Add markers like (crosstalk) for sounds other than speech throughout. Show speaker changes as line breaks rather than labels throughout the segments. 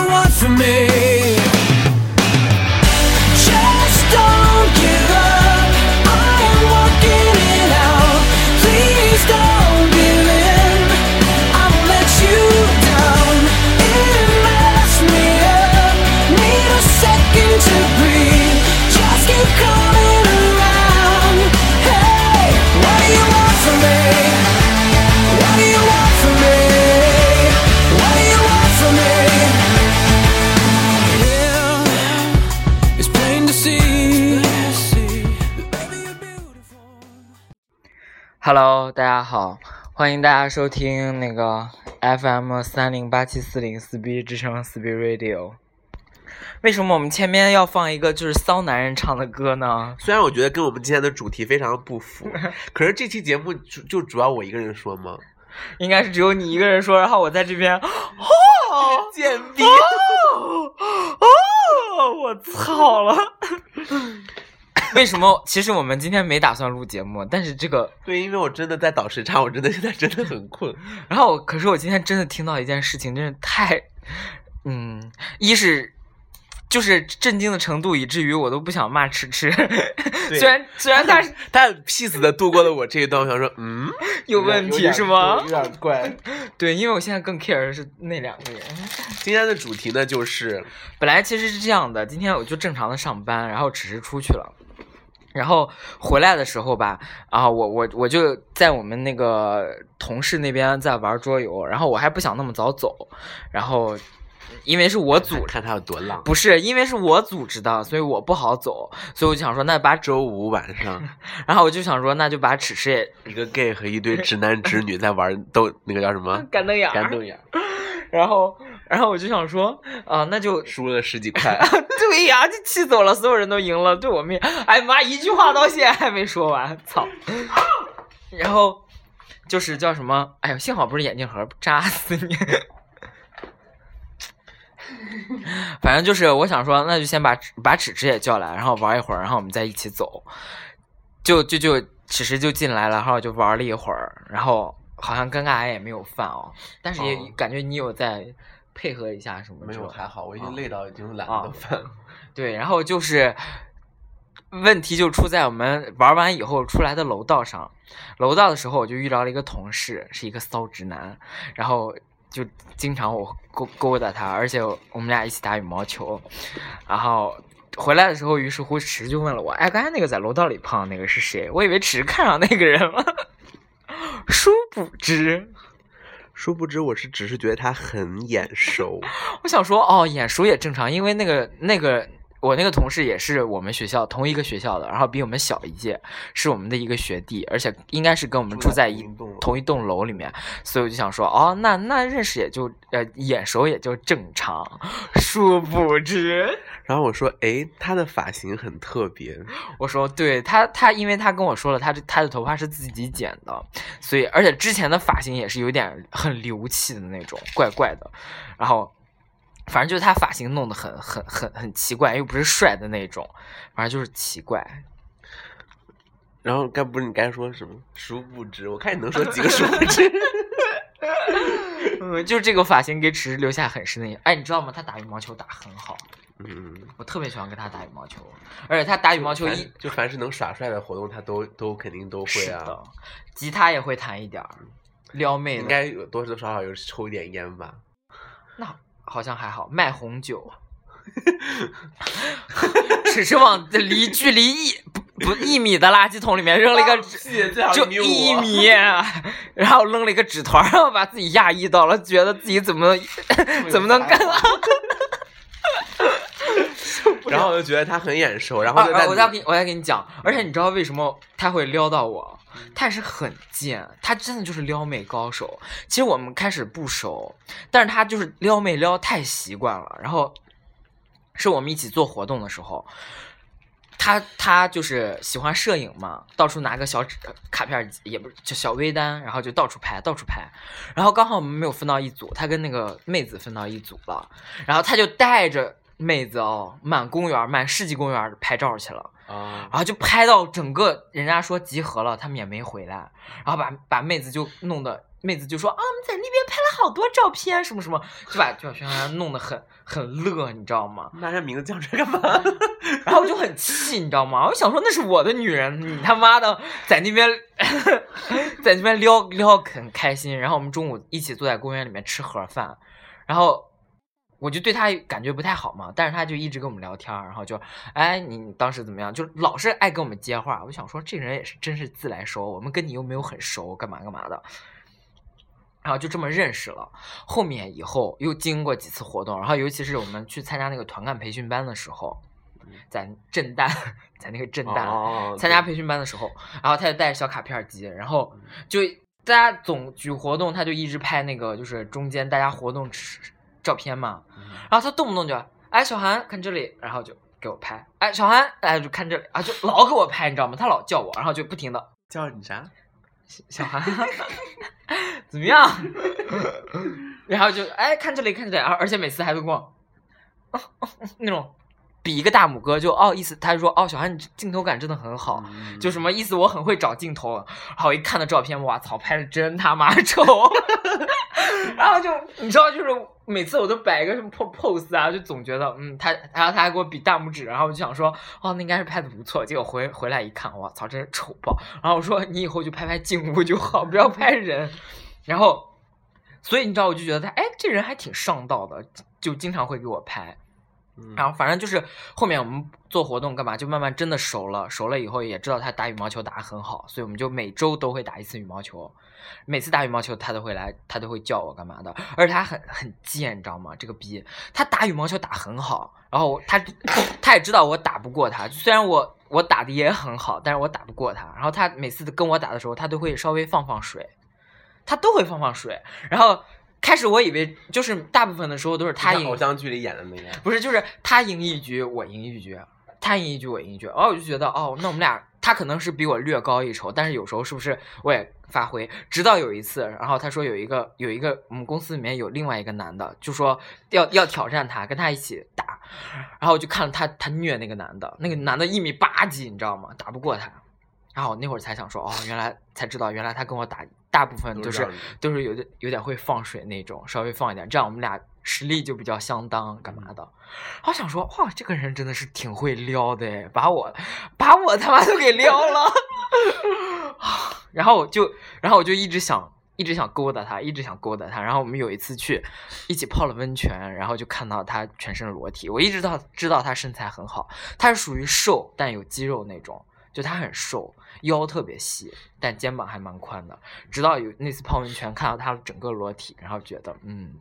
Oh, for me. Just don't give up. I am working it out. Please don't give in. I won't let you down. It messed me up. Need a second to breathe. Just keep coming around. Hey, what do you want from me? What do you want from me? What do you want from me? Yeah. It's plain to see. Baby, you're beautiful.
Hello，大家好，欢迎大家收听那个 FM 三零八七四零四 B 之声四 B Radio。为什么我们前面要放一个就是骚男人唱的歌呢？
虽然我觉得跟我们今天的主题非常
(laughs)
不符，可是这期节目就就主要我一个人说吗？
应该是只有你一个人说，然后我在这边，哦，
贱逼！
哦，哦，我操了！ (laughs) 为什么？其实我们今天没打算录节目，但是这个，
(laughs) 对，因为我真的在倒时差，我真的现在真的很困。
然后我，可是我今天真的听到一件事情，真是太，嗯，一是。就是震惊的程度，以至于我都不想骂迟迟。虽然虽然 (laughs) 他是
他很 peace 的度过了我这一段，我想说，嗯，
有问题是吗
有？点怪。
对，因为我现在更 care 的是那两个人。
今天的主题呢，就是
本来其实是这样的，今天我就正常的上班，然后只是出去了，然后回来的时候吧，啊，我我我就在我们那个同事那边在玩桌游，然后我还不想那么早走，然后因为是我组织，
看他有多浪。
不是因为是我组织的，所以我不好走，所以我就想说那把，
周五晚上，
然后我就想说那就把尺尺也
一个 gay 和一堆直男直女在玩斗，那个叫什么？
干瞪眼
干
儿，
瞪眼，
然后然后我就想说啊、那就
输了十几
(laughs)
块。
对呀、就气走了，所有人都赢了，对我们也，哎妈，一句话到现在还没说完，操！然后就是叫什么？哎呦，幸好不是眼镜盒，扎死你！反正就是我想说，那就先把把纸纸也叫来，然后玩一会儿，然后我们再一起走。就就就此时就进来了，然后就玩了一会儿，然后好像尴尬癌也没有犯哦，但是也
哦
感觉你有在配合一下什么
没
之类
有，
的？
还好，我已
啊
经累到已经懒
啊
得饭。
对，然后就是问题就出在我们玩完以后出来的楼道上，楼道的时候我就遇到了一个同事，是一个骚直男，然后就经常我勾勾搭他，而且我们俩一起打羽毛球，然后。回来的时候，于是乎池就问了我：“哎，刚才那个在楼道里碰的那个是谁？我以为池看上那个人了， (laughs) 殊不知，
殊不知，我是只是觉得他很眼熟。
我想说，哦，眼熟也正常，因为那个那个我那个同事也是我们学校同一个学校的，然后比我们小一届，是我们的一个学弟，而且应该是跟我们住在一
栋楼
同一栋楼里面，所以我就想说，哦，那那认识也就呃眼熟也就正常， (laughs) 殊不知，
然后我说，诶，他的发型很特别，
我说对他他，因为他跟我说了，他这他的头发是自己剪的，所以而且之前的发型也是有点很流气的那种，怪怪的，然后。反正就是他发型弄得很很很很奇怪，又不是帅的那种，反正就是奇怪。 (laughs)
然后该不是你该说什么？殊不知，我看你能说几个殊
(laughs)
不知。
嗯，就是这个发型给池留下很深的印象。哎，你知道吗？他打羽毛球打很好， (laughs)
嗯，
我特别喜欢跟他打羽毛球，而且他打羽毛球
凡
一
就凡是能耍帅的活动，他都都肯定都会
是
啊
的。，吉他也会弹一点儿，撩妹的
应该有多多少少有抽一点烟吧。
那好像还好，卖红酒，只是往这离距离一不不一米的垃圾桶里面扔了一个纸，就
啊
一米，啊然后扔了一个纸团儿，然后把自己压抑到了，觉得自己怎么怎么能干啊？
(laughs) 然后我就觉得他很眼熟，然后
啊
就
啊
在
我再给你，我再给你讲，而且你知道为什么他会撩到我？
嗯
他也是很贱，他真的就是撩妹高手。其实我们开始不熟，但是他就是撩妹撩太习惯了。然后是我们一起做活动的时候，他他就是喜欢摄影嘛，到处拿个小纸呃卡片儿，也不是就小微单，然后就到处拍，到处拍。然后刚好我们没有分到一组，他跟那个妹子分到一组了，然后他就带着妹子哦，满公园儿、满世纪公园儿拍照去了。
啊，
然后就拍到整个人家说集合了，他们也没回来，然后把把妹子就弄得妹子就说啊，我们在那边拍了好多照片，什么什么，就把就把宣传弄得很很乐，你知道吗？ (laughs)
那这名字叫这干嘛？
哦
(laughs)
然后我就很气，你知道吗？我想说那是我的女人，你他妈的在那边 (laughs) 在那边撩撩很开心。然后我们中午一起坐在公园里面吃盒饭，然后我就对她感觉不太好嘛，但是她就一直跟我们聊天儿，然后就哎你当时怎么样？就老是爱跟我们接话。我想说这人也是真是自来熟，我们跟你又没有很熟，干嘛干嘛的。然后就这么认识了。后面以后又经过几次活动，然后尤其是我们去参加那个团干培训班的时候，咱震旦， (laughs) 咱那个震旦、
嗯哦
参加
对
培训班的时候，然后他就带着小卡片儿机，然后就大家总举活动，他就一直拍那个就是中间大家活动吃照片嘛，然后他动不动就哎小韩看这里，然后就给我拍，哎小韩哎就看这里啊，就老给我拍，你知道吗？他老叫我，然后就不停的
叫你啥？
小韩怎么样？ (laughs) 然后就哎看这里看这里，而而且每次还都跟我、哦哦哦那种比一个大拇哥，就哦意思他就说哦小韩你镜头感真的很好，就什么意思我很会找镜头，然后一看到照片，哇操拍的真他妈丑， (laughs) 然后就你知道就是每次我都摆一个什么 po- pose 啊，就总觉得嗯他然后他还给我比大拇指，然后我就想说哦那应该是拍的不错，结果回回来一看，我操真是丑爆，然后我说你以后就拍拍静物就好，不要拍人。然后，所以你知道，我就觉得他，哎，这人还挺上道的，就经常会给我拍。
嗯
然后反正就是后面我们做活动干嘛，就慢慢真的熟了，熟了以后也知道他打羽毛球打得很好，所以我们就每周都会打一次羽毛球。每次打羽毛球他都会来，他都会叫我干嘛的，而且他很很贱，你知道吗？这个逼，他打羽毛球打很好，然后我他他也知道我打不过他，虽然我我打的也很好，但是我打不过他。然后他每次跟我打的时候，他都会稍微放放水，他都会放放水。然后开始我以为就是大部分的时候都是他
他
赢，
偶像剧里演的那个，
不是，就是他赢一局，我赢一局，他赢一局，我赢一局。哦，我就觉得，哦，那我们俩，他可能是比我略高一筹，但是有时候是不是我也发挥？直到有一次，然后他说有一个有一个我们公司里面有另外一个男的，就说要要挑战他，跟他一起打，然后我就看了他他虐那个男的，那个男的一米八几，你知道吗？打不过他。然后我那会儿才想说，哦，原来才知道，原来他跟我打大部分都
都是
是
这样子
都是有点有点会放水那种，稍微放一点，这样我们俩实力就比较相当，干嘛的？我想说，哇，这个人真的是挺会撩的诶，把我把我他妈都给撩了。 (laughs) 然后我就，然后我就一直想，一直想勾搭他，一直想勾搭他。然后我们有一次去一起泡了温泉，然后就看到他全身裸体。我一直到知道他身材很好，他是属于瘦但有肌肉那种，就他很瘦，腰特别细，但肩膀还蛮宽的。直到有那次泡温泉看到他整个裸体，然后觉得嗯，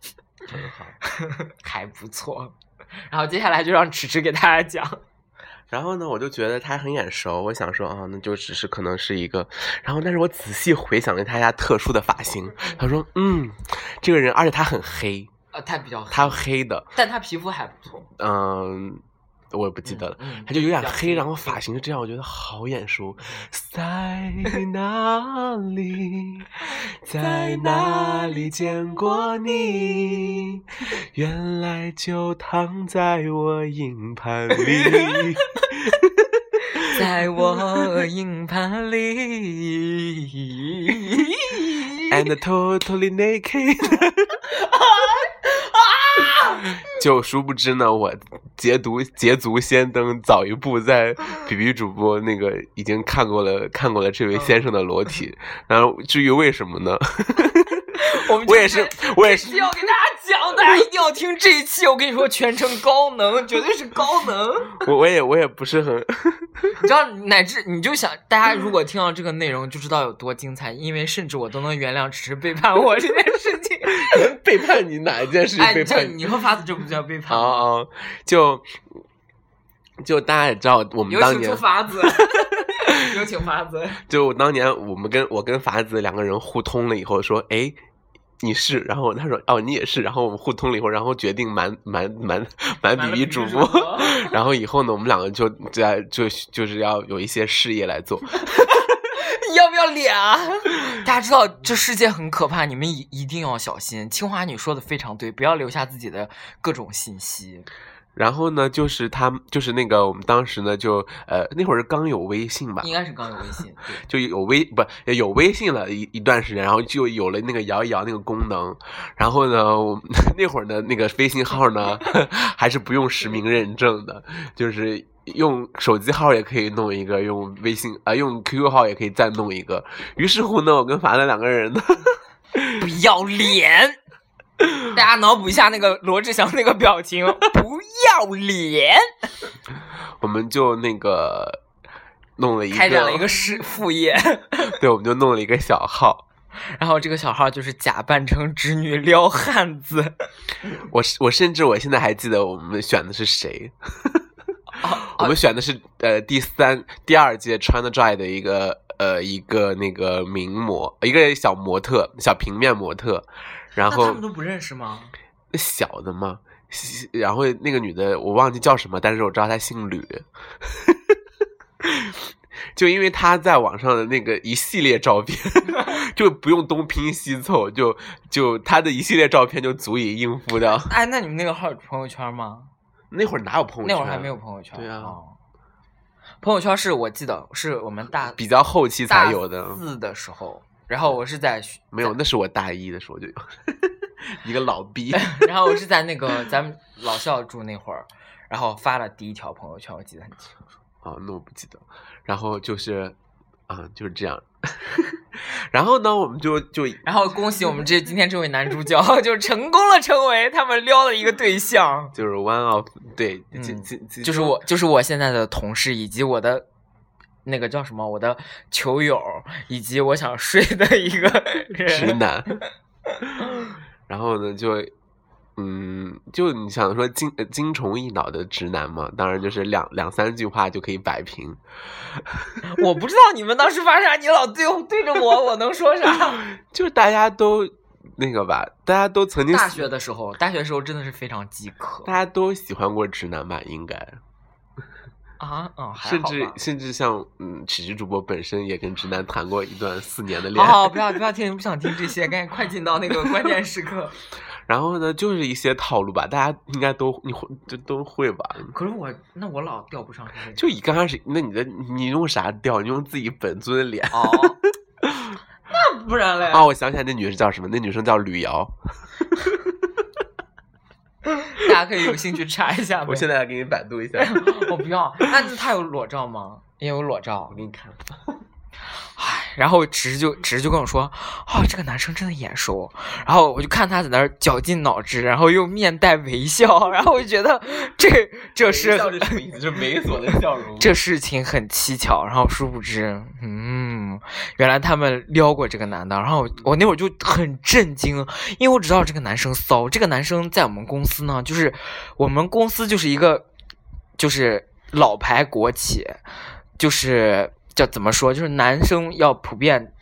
(laughs) 很好。
(laughs) 还不错。然后接下来就让迟迟给大家讲，
然后呢，我就觉得他很眼熟，我想说啊，那就只是可能是一个。然后，但是我仔细回想了他家特殊的发型，他说，嗯，这个人，而且他很黑，
呃，他比较黑，
他黑的，
但他皮肤还不错，
嗯，我也不记得了，
嗯嗯
他就有点
比较
黑，
黑
然后发型就这样，我觉得好眼熟。在哪里， (laughs) 在哪里见过你？原来就躺在 (laughs) 我硬盘里。
在我硬盘里。
and totally naked (laughs) 就殊不知呢，我捷足捷足先登，早一步在比比主播那个已经看过了 (laughs) 看过了这位先生的裸体。然后至于为什么呢？
(laughs) 我们
我也是，我也
这
是
期，要给大家讲，大家一定要听这一期。我跟你说，全程高能，绝对是高能。
我我也我也不是很，
你知道，乃至你就想，大家如
嗯
果听到这个内容，就知道有多精彩。因为甚至我都能原谅迟迟背叛我这件事
(laughs)
情。
背叛你哪一件事情
哎，
背
你这
叛你？
你和法子这不叫背叛
啊
吗，
啊，就就大家也知道，我们
有
当
请
年
出法
(laughs)
子，有请法子。
就我当年我们跟我跟法子两个人互通了以后说，哎，你是，然后他说哦你也是，然后我们互通了以后，然后决定瞒瞒瞒瞒
完了
比比主播， (laughs) 然后以后呢，我们两个就在就就是要有一些事业来做，
你要不要脸啊？大家知道这世界很可怕，你们一一定要小心。清华女说的非常对，不要留下自己的各种信息。
然后呢，就是他们，就是那个我们当时呢，就呃那会儿刚有微信吧，
应该是刚有微信，对，
就有微不有微信了一一段时间，然后就有了那个摇一摇那个功能。然后呢，我 (laughs) 那会儿的那个微信号呢， (laughs) 还是不用实名认证的，就是用手机号也可以弄一个，用微信啊、用 QQ 号也可以再弄一个。于是乎呢，我跟法兰两个人呢，
不要 (laughs) 脸！大家脑补一下那个罗志祥那个表 (laughs) 情，不要脸！
我们就那个弄了一个，
开展了一个事副业， (laughs)
对，我们就弄了一个小号。
然后这个小号就是假扮成侄女撩汉子，
我是我甚至我现在还记得我们选的
(laughs)
是谁，
啊
(laughs) 我们选的是呃第三第二届 China Dry 的一个呃一个那个名模，一个小模特，小平面模特，然
那他
后
们都不认识吗？
小的嘛，西然后那个女的我忘记叫什么，但是我知道她姓吕。 (laughs) 就因为她在网上的那个一系列照片， (laughs) 就不用东拼西凑，就就她的一系列照片就足以应付掉。
哎，那你们那个号有朋友圈吗？
那会儿哪有朋友圈？
那会儿还没有朋友圈。
对啊
哦朋友圈是我记得是我们大
(laughs) 比较后期才有
大
的，
四的时候，然后我是在学
没有，那是我大一的时候就有， (laughs) 一个老
(laughs)
逼。
然后我是在那个咱们老校住那会儿，然后发了第一条朋友圈，我记得很清楚。
啊，那我不记得。然后就是，啊，就是这样。 (laughs) 然后呢，我们就就
然后恭喜我们这今天这位男主角 (laughs) 就成功了成为他们撩的一个对象，
就是 one of 对，
嗯
其其其
就是我就是我现在的同事以及我的。那个叫什么？我的球友以及我想睡的一个
(laughs) 直
人， (laughs)
男。然后呢，就嗯，就你想说精呃精虫一脑的直男嘛，当然就是两两三句话就可以摆平。
我不知道你们当时发啥，你老对对着我，我能说啥？
就是大家都那个吧，大家都曾经
大
喜
学的时候，大学的时候真的是非常饥渴
大家都喜欢过直男吧，应该。
啊，嗯，还
甚
好
至 (laughs)
吧
甚至像嗯，体育主播本身也跟直男谈过一段四年的恋
好
爱，
好，不要不要听，不想听这些，赶紧快进到那个关键时刻。 (laughs)
然后呢，就是一些套路吧，大家应该都你会这都会吧？
可是我那我老钓不上这个。
就你刚开始，那你的你用啥调？你用自己本尊的脸
哦， (laughs) 那不然嘞？
啊？我想起来，那女生叫什么？那女生叫吕瑶。
啊大家可以有兴趣查一 (laughs) 下呗。
我现在来给你百
(laughs)
度一下，
我不要，那他有裸照吗？也有裸照
我。给你看。
唉，然后直就直就跟我说，哦，这个男生真的眼熟。然后我就看他在那儿绞尽脑汁，然后又面带微笑，然后我就觉得这这是
笑是什么意思？就是猥琐的笑容。
这事情很蹊跷，然后殊不知，嗯，原来他们撩过这个男的，然后我我那会儿就很震惊，因为我只知道这个男生骚，这个男生在我们公司呢，就是我们公司就是一个就是老牌国企，就是叫怎么说，就是男生要普遍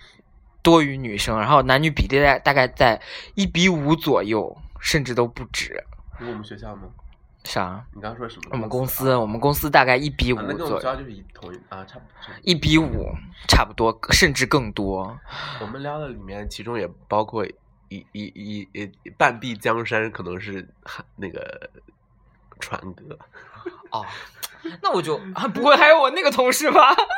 多于女生，然后男女比例大大概在一比五左右，甚至都不止，
是我们学校吗？
啥？
你刚刚说什么？啊
我们公司，我们公司大概一比五
啊，那跟我
左
们学
右
校。就是一同一啊，差不多差不多。
一比五，差不多，甚至更多。
我们聊的里面，其中也包括一一一一一半壁江山，可能是汉那个传哥，
哦，那我就啊，不会还有我那个同事吧？ (laughs)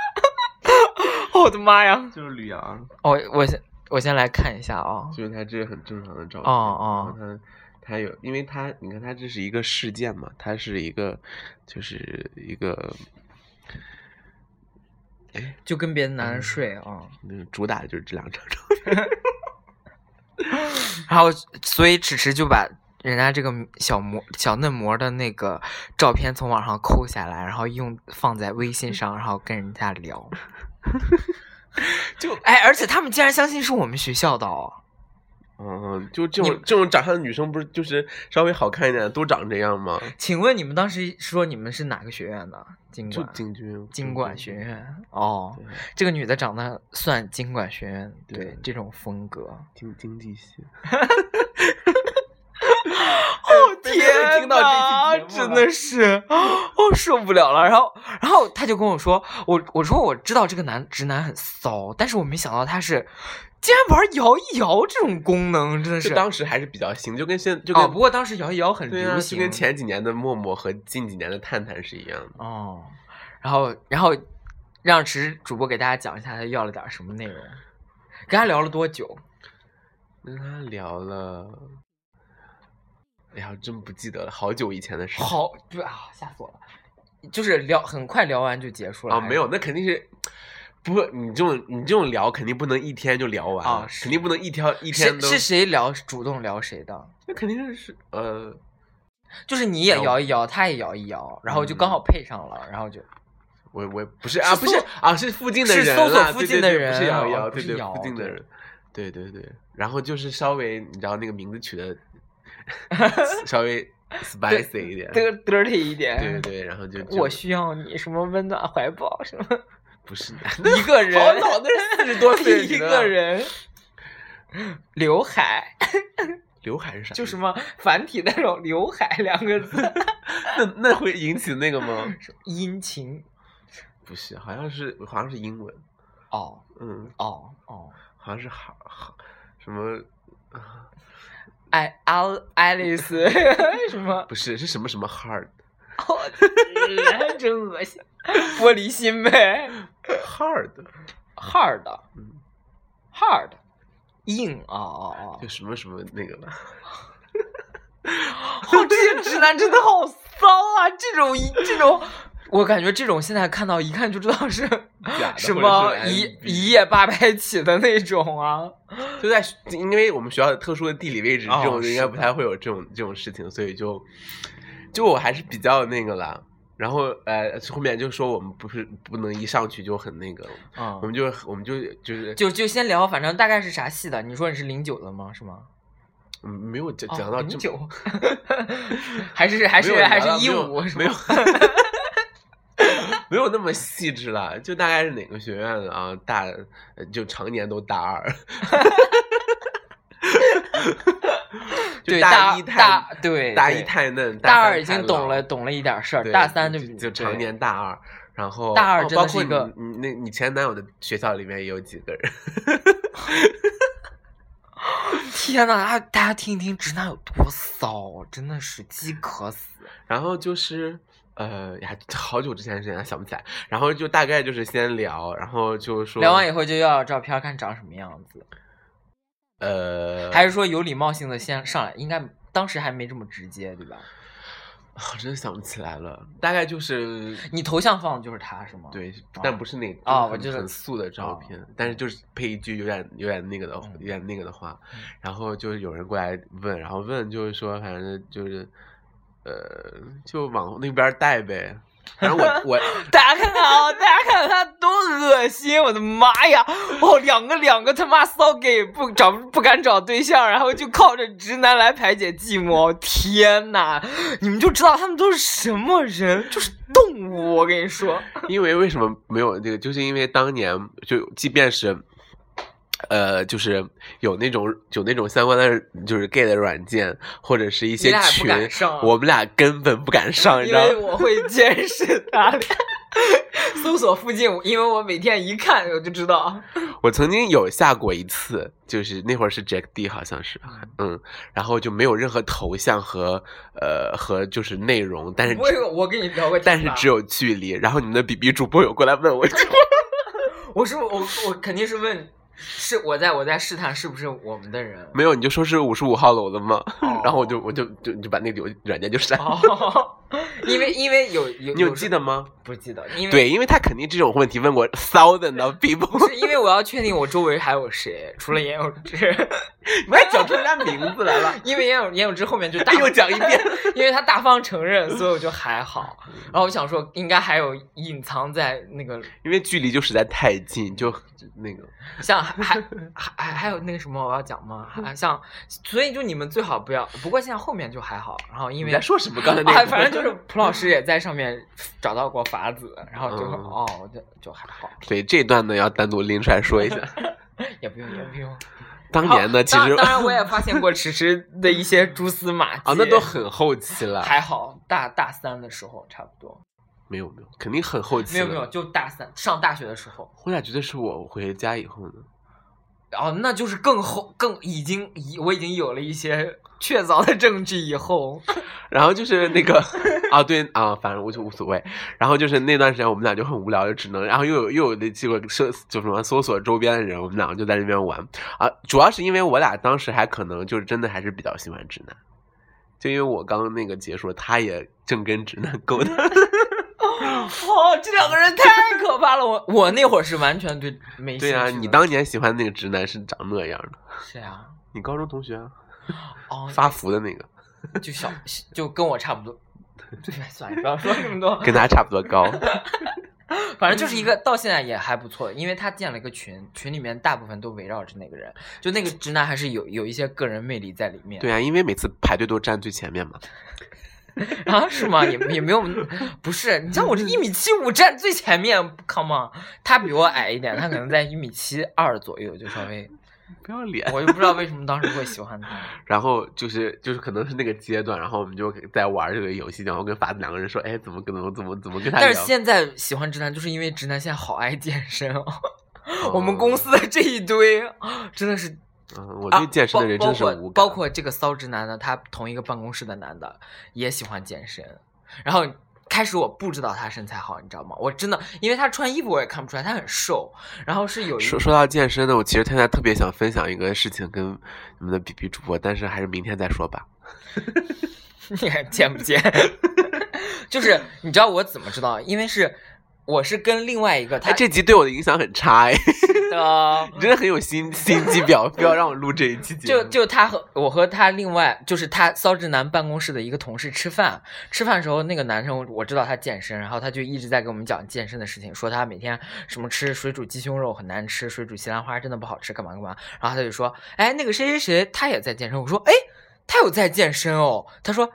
哦我的妈呀！
就是吕阳，
哦，我先我先来看一下啊、
就是他这是很正常的照
哦。
片。然后
哦
他他有，因为他你看他这是一个事件嘛，他是一个就是一个
就跟别的男人睡啊、
那个嗯主打的就是这两张照片。
然后所以迟迟就把人家这个小模小嫩模的那个照片从网上抠下来，然后用放在微信上，然后跟人家聊。 (laughs)
就
哎，而且他们竟然相信是我们学校的哦。
嗯，就这
你
种这种长相的女生，不是就是稍微好看一点的都长这样吗？
请问你们当时说你们是哪个学院的？经
就
管。
进军
经管学。院哦
对，
这个女的长得算经管学院
对
对这种风格。哦
经经济系，
哦天
听到
哪，
这期节目
真
了
的是，哦受不了了。然后，然后他就跟我说，我我说我知道这个男直男很骚，但是我没想到他是竟然玩摇一摇这种功能，真的是
就当时还是比较新，就跟现就跟、
哦，不过当时摇一摇很
对啊，
流
就
行，
跟前几年的陌陌和近几年的探探是一样的。
哦，然后然后让池主播给大家讲一下他要了点什么内容，跟他聊了多久？
跟他聊了，哎呀，真不记得了，好久以前的事。
好，对啊，吓死我了。就是聊很快聊完就结束了
啊，
还
没有，那肯定是不，你这种你这种聊肯定不能一天就聊完，
啊是
肯定不能一天一天
是
都，
是谁聊主动聊谁的？
那肯定是呃，
就是你也
聊
摇一摇，他也摇一摇，然
嗯
后就刚好配上了，然后就
我我不是啊，
是
不是
搜
啊，是附近的
是
人
搜索
啦
附
对
近
对
的
对不是
人
瑶
哦
瑶，
不
对
是
对，
瑶
附近的
对
人，对对对，然后就是稍微你知道那个名字取
(laughs)
的稍微 spicy 一点，对
dirty dirty 一点。
对对，然后就就
我需要你什么温暖怀抱
(laughs)
什么，
不是
一个人
好老，
(laughs)
那四十 (laughs) 多岁的
一
呢
个
(laughs)
人，刘海
刘海是啥意思？
就什么繁体那种刘海两个字， (laughs)
那那会引起那个 (laughs) 吗？
殷勤
不是，好像是好像是英文，
哦
嗯。
哦哦
好像是哈哈什么，啊
爱爱爱丽丝 (laughs) 什么，
不是是什么什么 hard (laughs)
哦，真恶心，玻璃心呗
hard (laughs)
，hard
嗯
hard 硬哦哦
就什么什么那个吧，
哦，哦，这些直男真的好骚啊！这种一这种，我感觉这种现在看到一看就知道是
假的
什
或
么
者是
一
MB
一夜八百起的那种啊。
就在因为我们学校的特殊的地理位置，
哦
这种
是
应该
的
不太会有这种这种事情，所以就就我还是比较那个啦。然后呃，后面就说我们不是不能一上去就很那个，
嗯
我们就我们就就是
就就先聊，反正大概是啥系的？你说你是零九的吗？是吗？
嗯没有讲
哦
讲到这
零
么
九， (laughs) 还是还
没
是
有
还
聊到
是一
没有
五？是
没有
吗
(laughs) 没有那么细致了，就大概是哪个学院的啊？大呃就常年都大二，就
对
大一太
大对
大
对
一太嫩，
大
三
二已
太
经懂
老
了，懂了一点事儿，
对
大三
就
就
就常
对
年大二。然后
大二
哦
真
包
的是
括
一个
你你那你前男友的学校里面也有几个人？
天呐，大家大家听一听，直男有多骚，真的是饥渴死。
然后就是呃呀， (laughs) 好久之前的事情还想不起来。然后就大概就是先聊，然后就说
聊完以后就要照片看长什么样子，
呃，
还是说有礼貌性的先上来？应该当时还没这么直接，对吧？
啊真的想不起来了，大概就是
你头像放的就是他是吗？，
对，
啊
但不是那个
啊
就是
我知
很
道
很素的照
啊嗯
片，但是就是配一句有点有点那个的，有点那个的话，然后就有人过来问，然后问就是说，反正就是，呃，就往那边带呗。反正我我
大家看看啊，大家看看他多恶心！我的妈呀，哦，两个两个他妈骚 gay 不找不敢找对象，然后就靠着直男来排解寂寞。天呐，你们就知道他们都是什么人，就是动物。我跟你说， (laughs)
因为为什么没有这个，就是因为当年就即便是。呃，就是有那种有那种相关的，就是 gay 的软件或者是一些
俩也不
群
敢上，啊
我们俩根本不敢上，你知
因
道吗？
为我会监视他俩。搜索附近，因为我每天一看我就知道。
我曾经有下过一次，就是那会儿是 Jack D 好像是，嗯，然后就没有任何头像和呃和就是内容，但是
我
只
有，我跟你聊过天吧，
但是只有距离。然后你们的 B B 主播有过来问我， (laughs)
我是我我肯定是问，是我在我在试探是不是我们的人。
没有，你就说是五十五号楼的嘛，
哦
然后我就我就就就把那个软件就删。了。
哦， (laughs) 因为因为有有嗯
你有记得？吗？
不记得，因为
对，因为他肯定这种问题问过 thousand of
不 (laughs)
people，
是因为我要确定我周围还有谁，除了严有之， (laughs)
你还讲出人家名字来了，
因为严有严有之后面就大，
(laughs) 又讲一遍。
因为他大方承认，所以我就还好。然后我想说，应该还有隐藏在那个，
(laughs) 因为距离就实在太近，就就那个。
像还还还还有那个什么我要讲吗？还像，所以就你们最好不要。不过现在后面就还好。然后因
你
为
在说什么？刚才那
啊，
个，
反正就是蒲老师也在上面找到过法子，然后就、
嗯
哦，就就还好，
(laughs) 对这段呢，要单独拎出来说一
(laughs)
下。
也不用也不用。
当年呢，
好
其实
当当然我也发现过迟迟的一些蛛丝马迹
(laughs) 啊，那都很后期了，
还好，大大三的时候差不多，
没有没有，肯定很后期
没
了。
有没有，，就大三上大学的时候，
我俩绝对是我回家以后呢，
哦，那就是更后更已经已我已经有了一些确凿的证据以
(laughs)
后，
然后就是那个 (laughs) 啊，对啊，反正我就无所谓。然后就是那段时间我们俩就很无聊，就只能，然后又有又有那几个搜就什么搜索周边的人，我们两个就在那边玩啊。主要是因为我俩当时还可能就是真的还是比较喜欢直男，就因为我刚刚那个结束，他也正跟直男勾搭。
哦，这两个人太可怕了。我我那会儿是完全对没
对啊，
呀，
你当年喜欢那个直男是长那样的，
谁啊？
你高中同学啊，
哦，
发福的那个，
就小就跟我差不
(laughs)
多。对，算了，不要说这么多。
跟他差不多高。
反正
嗯
就是一个到现在也还不错，因为他建了一个群，群里面大部分都围绕着那个人，就那个直男还是有有一些个人魅力在里面。
对啊，因为每次排队都站最前面嘛。
啊，是吗？也也没有，不是，你像我这一米七五站最前面，come on，他比我矮一点，他可能在一米七二左右，就稍微，
不要脸！
我就不知道为什么当时会喜欢
(laughs)
他。
然后就是就是可能是那个阶段，然后我们就在玩这个游戏，然后跟法子两个人说，哎，怎么可能怎么怎么跟他聊？
但是现在喜欢直男，就是因为直男现在好爱健身哦。
哦
我们公司的这一堆真的是
嗯，我对健身的人真的是
啊
无感。
包包括包括这个骚直男呢，他同一个办公室的男的也喜欢健身，然后。开始我不知道他身材好，你知道吗？我真的，因为他穿衣服我也看不出来，他很瘦，然后是有一
说说到健身呢，我其实现在特别想分享一个事情跟你们的 B B 主播，但是还是明天再说吧。
(laughs) 你看见不见？ (laughs) 就是你知道我怎么知道？因为是我是跟另外一个他
哎，这集对我的影响很差哎， (laughs)
的，
你真的很有心心机婊，非要让我录这一期节目。
就就他和我和他另外就是他骚直男办公室的一个同事吃饭，吃饭的时候那个男生我知道他健身，然后他就一直在给我们讲健身的事情，说他每天什么吃水煮鸡胸肉很难吃，水煮西兰花真的不好吃，干嘛干嘛。然后他就说，哎，那个谁谁谁他也在健身，我说，哎，他有在健身哦。他说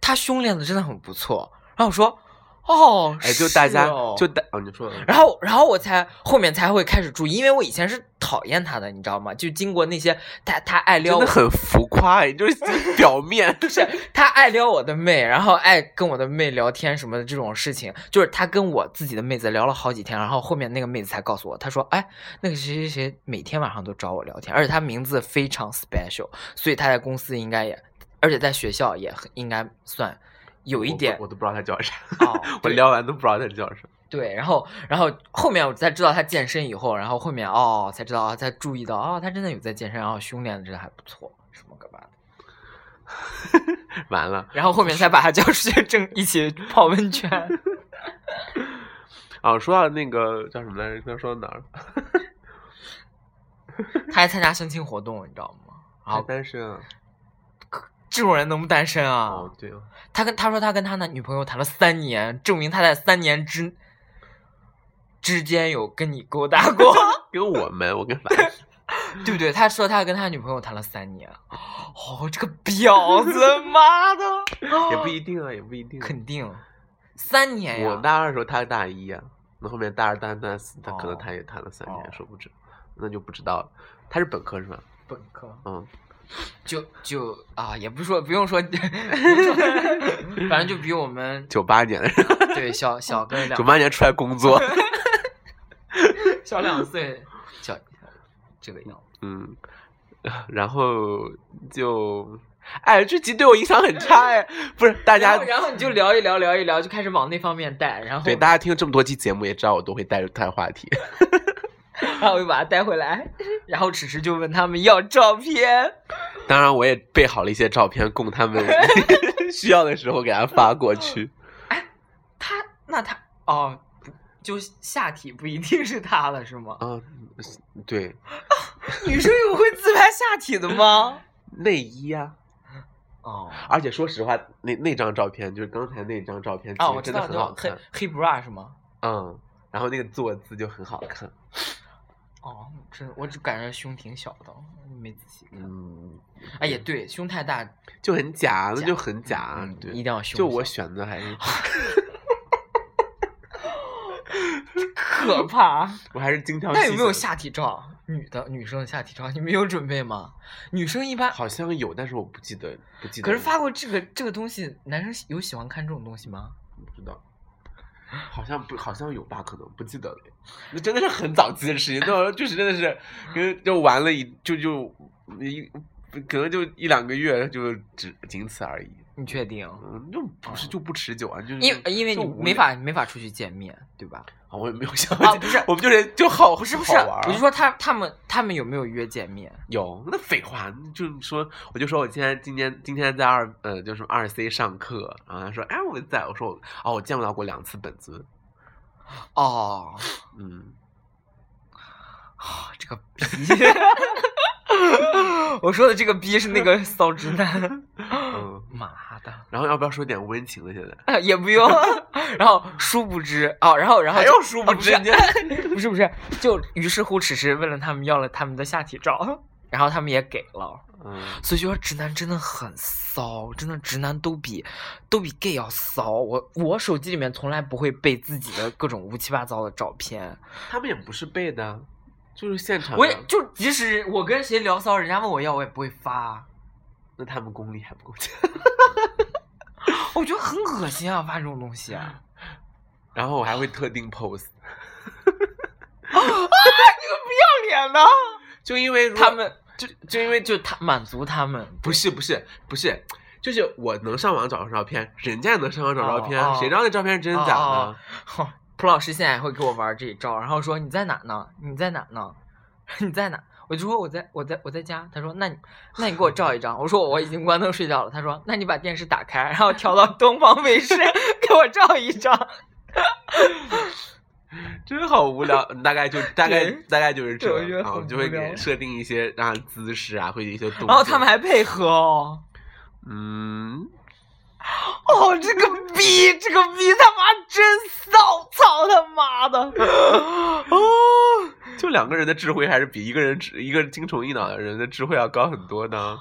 他胸练的真的很不错。然后我说，哦，
哎，就大家、
是哦
就大哦，你说
然后，然后我才后面才会开始注意，因为我以前是讨厌他的，你知道吗？就经过那些他他爱撩
真
我
的，很浮夸哎，
(laughs)
就是表面
不是他爱撩我的妹，然后爱跟我的妹聊天什么的这种事情，就是他跟我自己的妹子聊了好几天，然后后面那个妹子才告诉我，他说，哎，那个谁谁谁每天晚上都找我聊天，而且他名字非常 special，所以他在公司应该也，而且在学校也很应该算有一点
我都不知道他叫啥，
哦
(laughs) 我
对
聊完都不知道他叫啥。
对，然后，然后后面我才知道他健身以后，然后后面哦才知道，才注意到哦，他真的有在健身，然后胸练的真的还不错，什么干嘛的，
完了，
然后后面才把他叫出去正 (laughs) 一起泡温泉。 (laughs)
啊，说到那个叫什么来着？刚才说到哪儿了？
他还参加相亲活动，你知道吗？然
还
后
单身啊？
这种人能不单身啊
哦？，对哦，
他跟他说他跟他的女朋友谈了三年，证明他在三年之之间有跟你勾搭过，
跟我们，我跟
(laughs)
凡子
对不对？他说他跟他女朋友谈了三年，哦，这个婊子，妈的！
也不一定啊，也不一定啊。
肯定，嗯三年呀。
我大二的时候，他大一啊，那后面大二、大三、大四，他可
哦
能他也谈了三
哦
年，说不准，那就不知道了。他是本科是吧？
本科
嗯，
就就啊，也不是说不用说，不 (laughs) 用说反正就比我们
九八年的，
对啊小小个两
九八年出来
(laughs)
工作，
小两岁，小这个样子。
嗯，然后就，哎，这集对我影响很差哎，不是大
然
家
后。然后你就聊一聊聊一聊，就开始往那方面带，然后
对，大家听了这么多期节目，也知道我都会带着带话题。
然后我就把他带回来，然后迟迟就问他们要照片。
当然，我也备好了一些照片，供
(laughs)
他们需要的时候给他发过去。
他那他哦，不就下体不一定是他了是吗？
啊、对，
女生有会自拍下体的吗？
内衣啊，
哦。
而且说实话，那那张照片就是刚才那张照片，其
哦，我知
实真的
道那
很
种
好
黑
看。
黑 bra 是吗？
嗯，然后那个坐姿就很好看。
哦，真的，我只感觉胸挺小的，没仔细看。
嗯，
哎，也对，胸太大，
就很假，那
假
就很假。
嗯
对，
一定要胸
就我
小
选的
(laughs)
还是，
可 (laughs) 怕。
我还是精挑细
那
选。
有没有？下体照？女的女生的下体照，你们有准备吗？女生一般，
好像有，但是我不记得，不记得
可
了。
是发过这个这个东西，男生喜有喜欢看这种东西吗？
不知道。好像不，好像有吧，可能不记得了。那真的是很早期的事情，那会
(laughs)
儿就是真的是，跟就玩了一就就一，可能就一两个月，就只仅此而已。
你确定？
嗯，就不是就不持久啊，就是
哦因因为
就
你
无
没
聊
法没法出去见面，对吧？
啊，我也没有想
啊不是
我们就是就好，
不是不
好
是，啊
玩儿
我就说他他们他们有没有约见面？
有那废话，就是说，我就说我今天今天今天在二呃，就是二 C 上课，然后他说，哎，我在，我说我哦，我见不到过两次本尊，
哦，
嗯，
啊这个逼， (laughs) 我说的这个逼是那个骚直男，
嗯
妈的，
然后要不要说点温情的？现
(laughs)
在
也不用。然后殊不知哦，然后然后
还
就
要殊
啊
不
不
知
是 (laughs)
你这
不是不是，就于是乎，只是问了他们要了他们的下体照， (laughs) 然后他们也给了。
嗯，
所以就说直男真的很骚，真的直男都比都比 gay 要骚。我我手机里面从来不会备自己的各种乌七八糟的照片，
他们也不是背的，啊就是现场
我也
的，
就即使我跟谁聊骚，人家问我要，我也不会发。
那他们功力还不够强。 (laughs)
我觉得很恶心啊，发这种东西、
(laughs)
啊。
然后我还会特定 pose，
不要脸的，
就因为如果
他们
就就因为
就他满足他们，
不是不是不是，就是我能上网找到照片，人家也能上网找到照片，
哦哦
谁知道那照片是真假呢？
哦哼蒲老师现在也会给我玩这一招，然后说你在哪呢？你在哪呢？ (laughs) 你在哪？我就说我在我在我在家。他说那你那你给我照一张。我说我已经关灯睡觉了。他说那你把电视打开，然后调到东方卫视 (laughs) 给我照一张。
真好无聊，大
(laughs)
概就大概
对
大概就是这
对我觉得
样，啊，
很
我就会
无聊
给设定一些让姿势啊，会有一些动作。
然后他们还配合哦。
嗯，
哦，这个逼，这个逼他妈真骚，操他妈的！ (laughs) 哦，
就两个人的智慧还是比一个人智一个精虫一脑的人的智慧要高很多呢。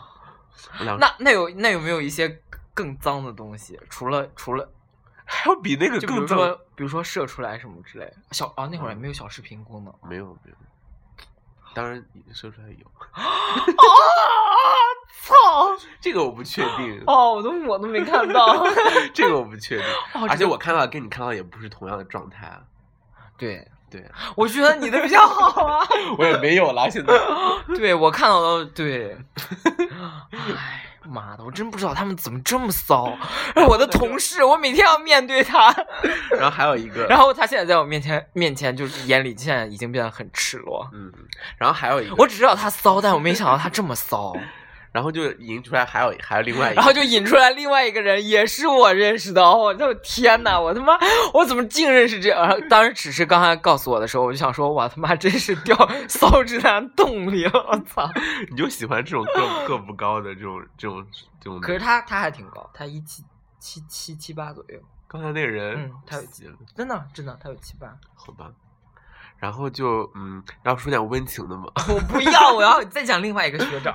两
那那有那有没有一些更脏的东西？除了除了
还要比那个
(laughs) 就比
更
如
重
说，比如说射出来什么之类的。小啊，那会儿也没有小视频功能。
没有没有，当然你说出来有，
操！
这个我不确定，
哦，我都我都没看到。
这个我不确定，
哦
而
这
且
个
我看到跟你看到也不是同样的状态啊。
(laughs) 对，
对，
(laughs) 我觉得你的比较好啊。
我也没有啦，现在
(laughs) 对，我看到的 (laughs) 对。哎，妈的，我真不知道他们怎么这么骚。 (laughs) 然后我的同事，我每天要面对 (laughs) 他，
然后还有一个，
然后他现在在我面前面前就是眼里现在已经变得很赤裸。
嗯，然后还有一个，
我只知道他骚，但我没想到他这么骚。
然后就引出来还有还有另外一个，
然后就引出来另外一个人，也是我认识的。哦我的天哪！我他妈，我怎么竟认识这样？然后当时只是刚才告诉我的时候，我就想说，我他妈真是掉 (laughs) 骚直男洞里了！我操！
你就喜欢这种个个不高的这种这种这种。
可是他他还挺高，他一七七七七八左右，
刚才那个人，
嗯他有
急了，
真的真的他有七八。
好吧。然后就嗯，要说点温情的嘛。
(laughs) 我不要，我要再讲另外一个学 (laughs) 长，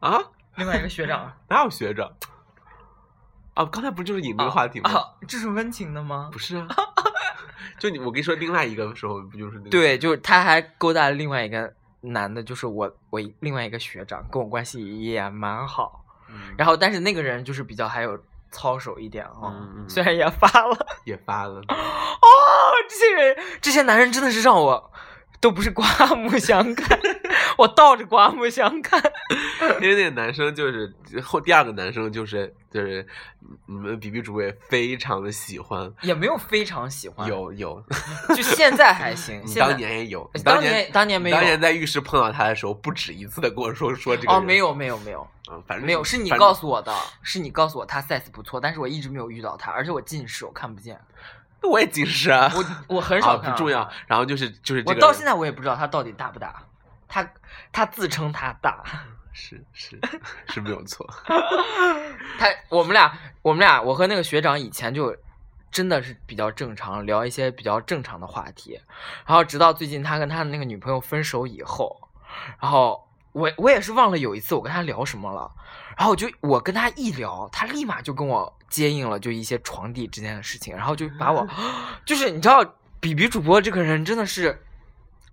啊，
另外一个学长。
哪有学长？啊，刚才不就是引这个话题吗？
啊，这是温情的吗？
不
(laughs)
是啊，就你我跟你说另外一个时候不就是那个？
对，就是他还勾搭了另外一个男的，就是我我一另外一个学长，跟我关系也蛮好。
嗯，
然后，但是那个人就是比较还有操守一点哦，
嗯嗯
虽然也发了。
也发了。
哦，这些人，这些男人真的是让我都不是刮目相看， (laughs) 我倒着刮目相看。
因为那个男生就是后第二个男生就是就是你们 B B 主也非常的喜欢，
也没有非常喜欢，
有有，
就现在
(laughs)
还行。
你
现在呃
当年也有，你
当
年
年当年没有
当年在浴室碰到他的时候，不止一次的跟我说说这个
哦，
人
没，有没有没有
嗯，反正
没有，是你
反
告诉我的，是你告诉我他 size 不错，但是我一直没有遇到他，而且我近视，我看不见，
正我也近视啊，
我我很少
啊
看、
不重要。然后就是就是这
我
个
到
人
现在我也不知道他到底大不大，他他自称他大。
是是是没有错，
他我们俩，我们俩，我和那个学长以前就真的是比较正常，聊一些比较正常的话题。然后直到最近他跟他的那个女朋友分手以后，然后我我也是忘了有一次我跟他聊什么了，然后我就我跟他一聊，他立马就跟我接应了就一些床底 (sniffs) 之间的事情，然后就把我就是你知道比比主播这个人真的是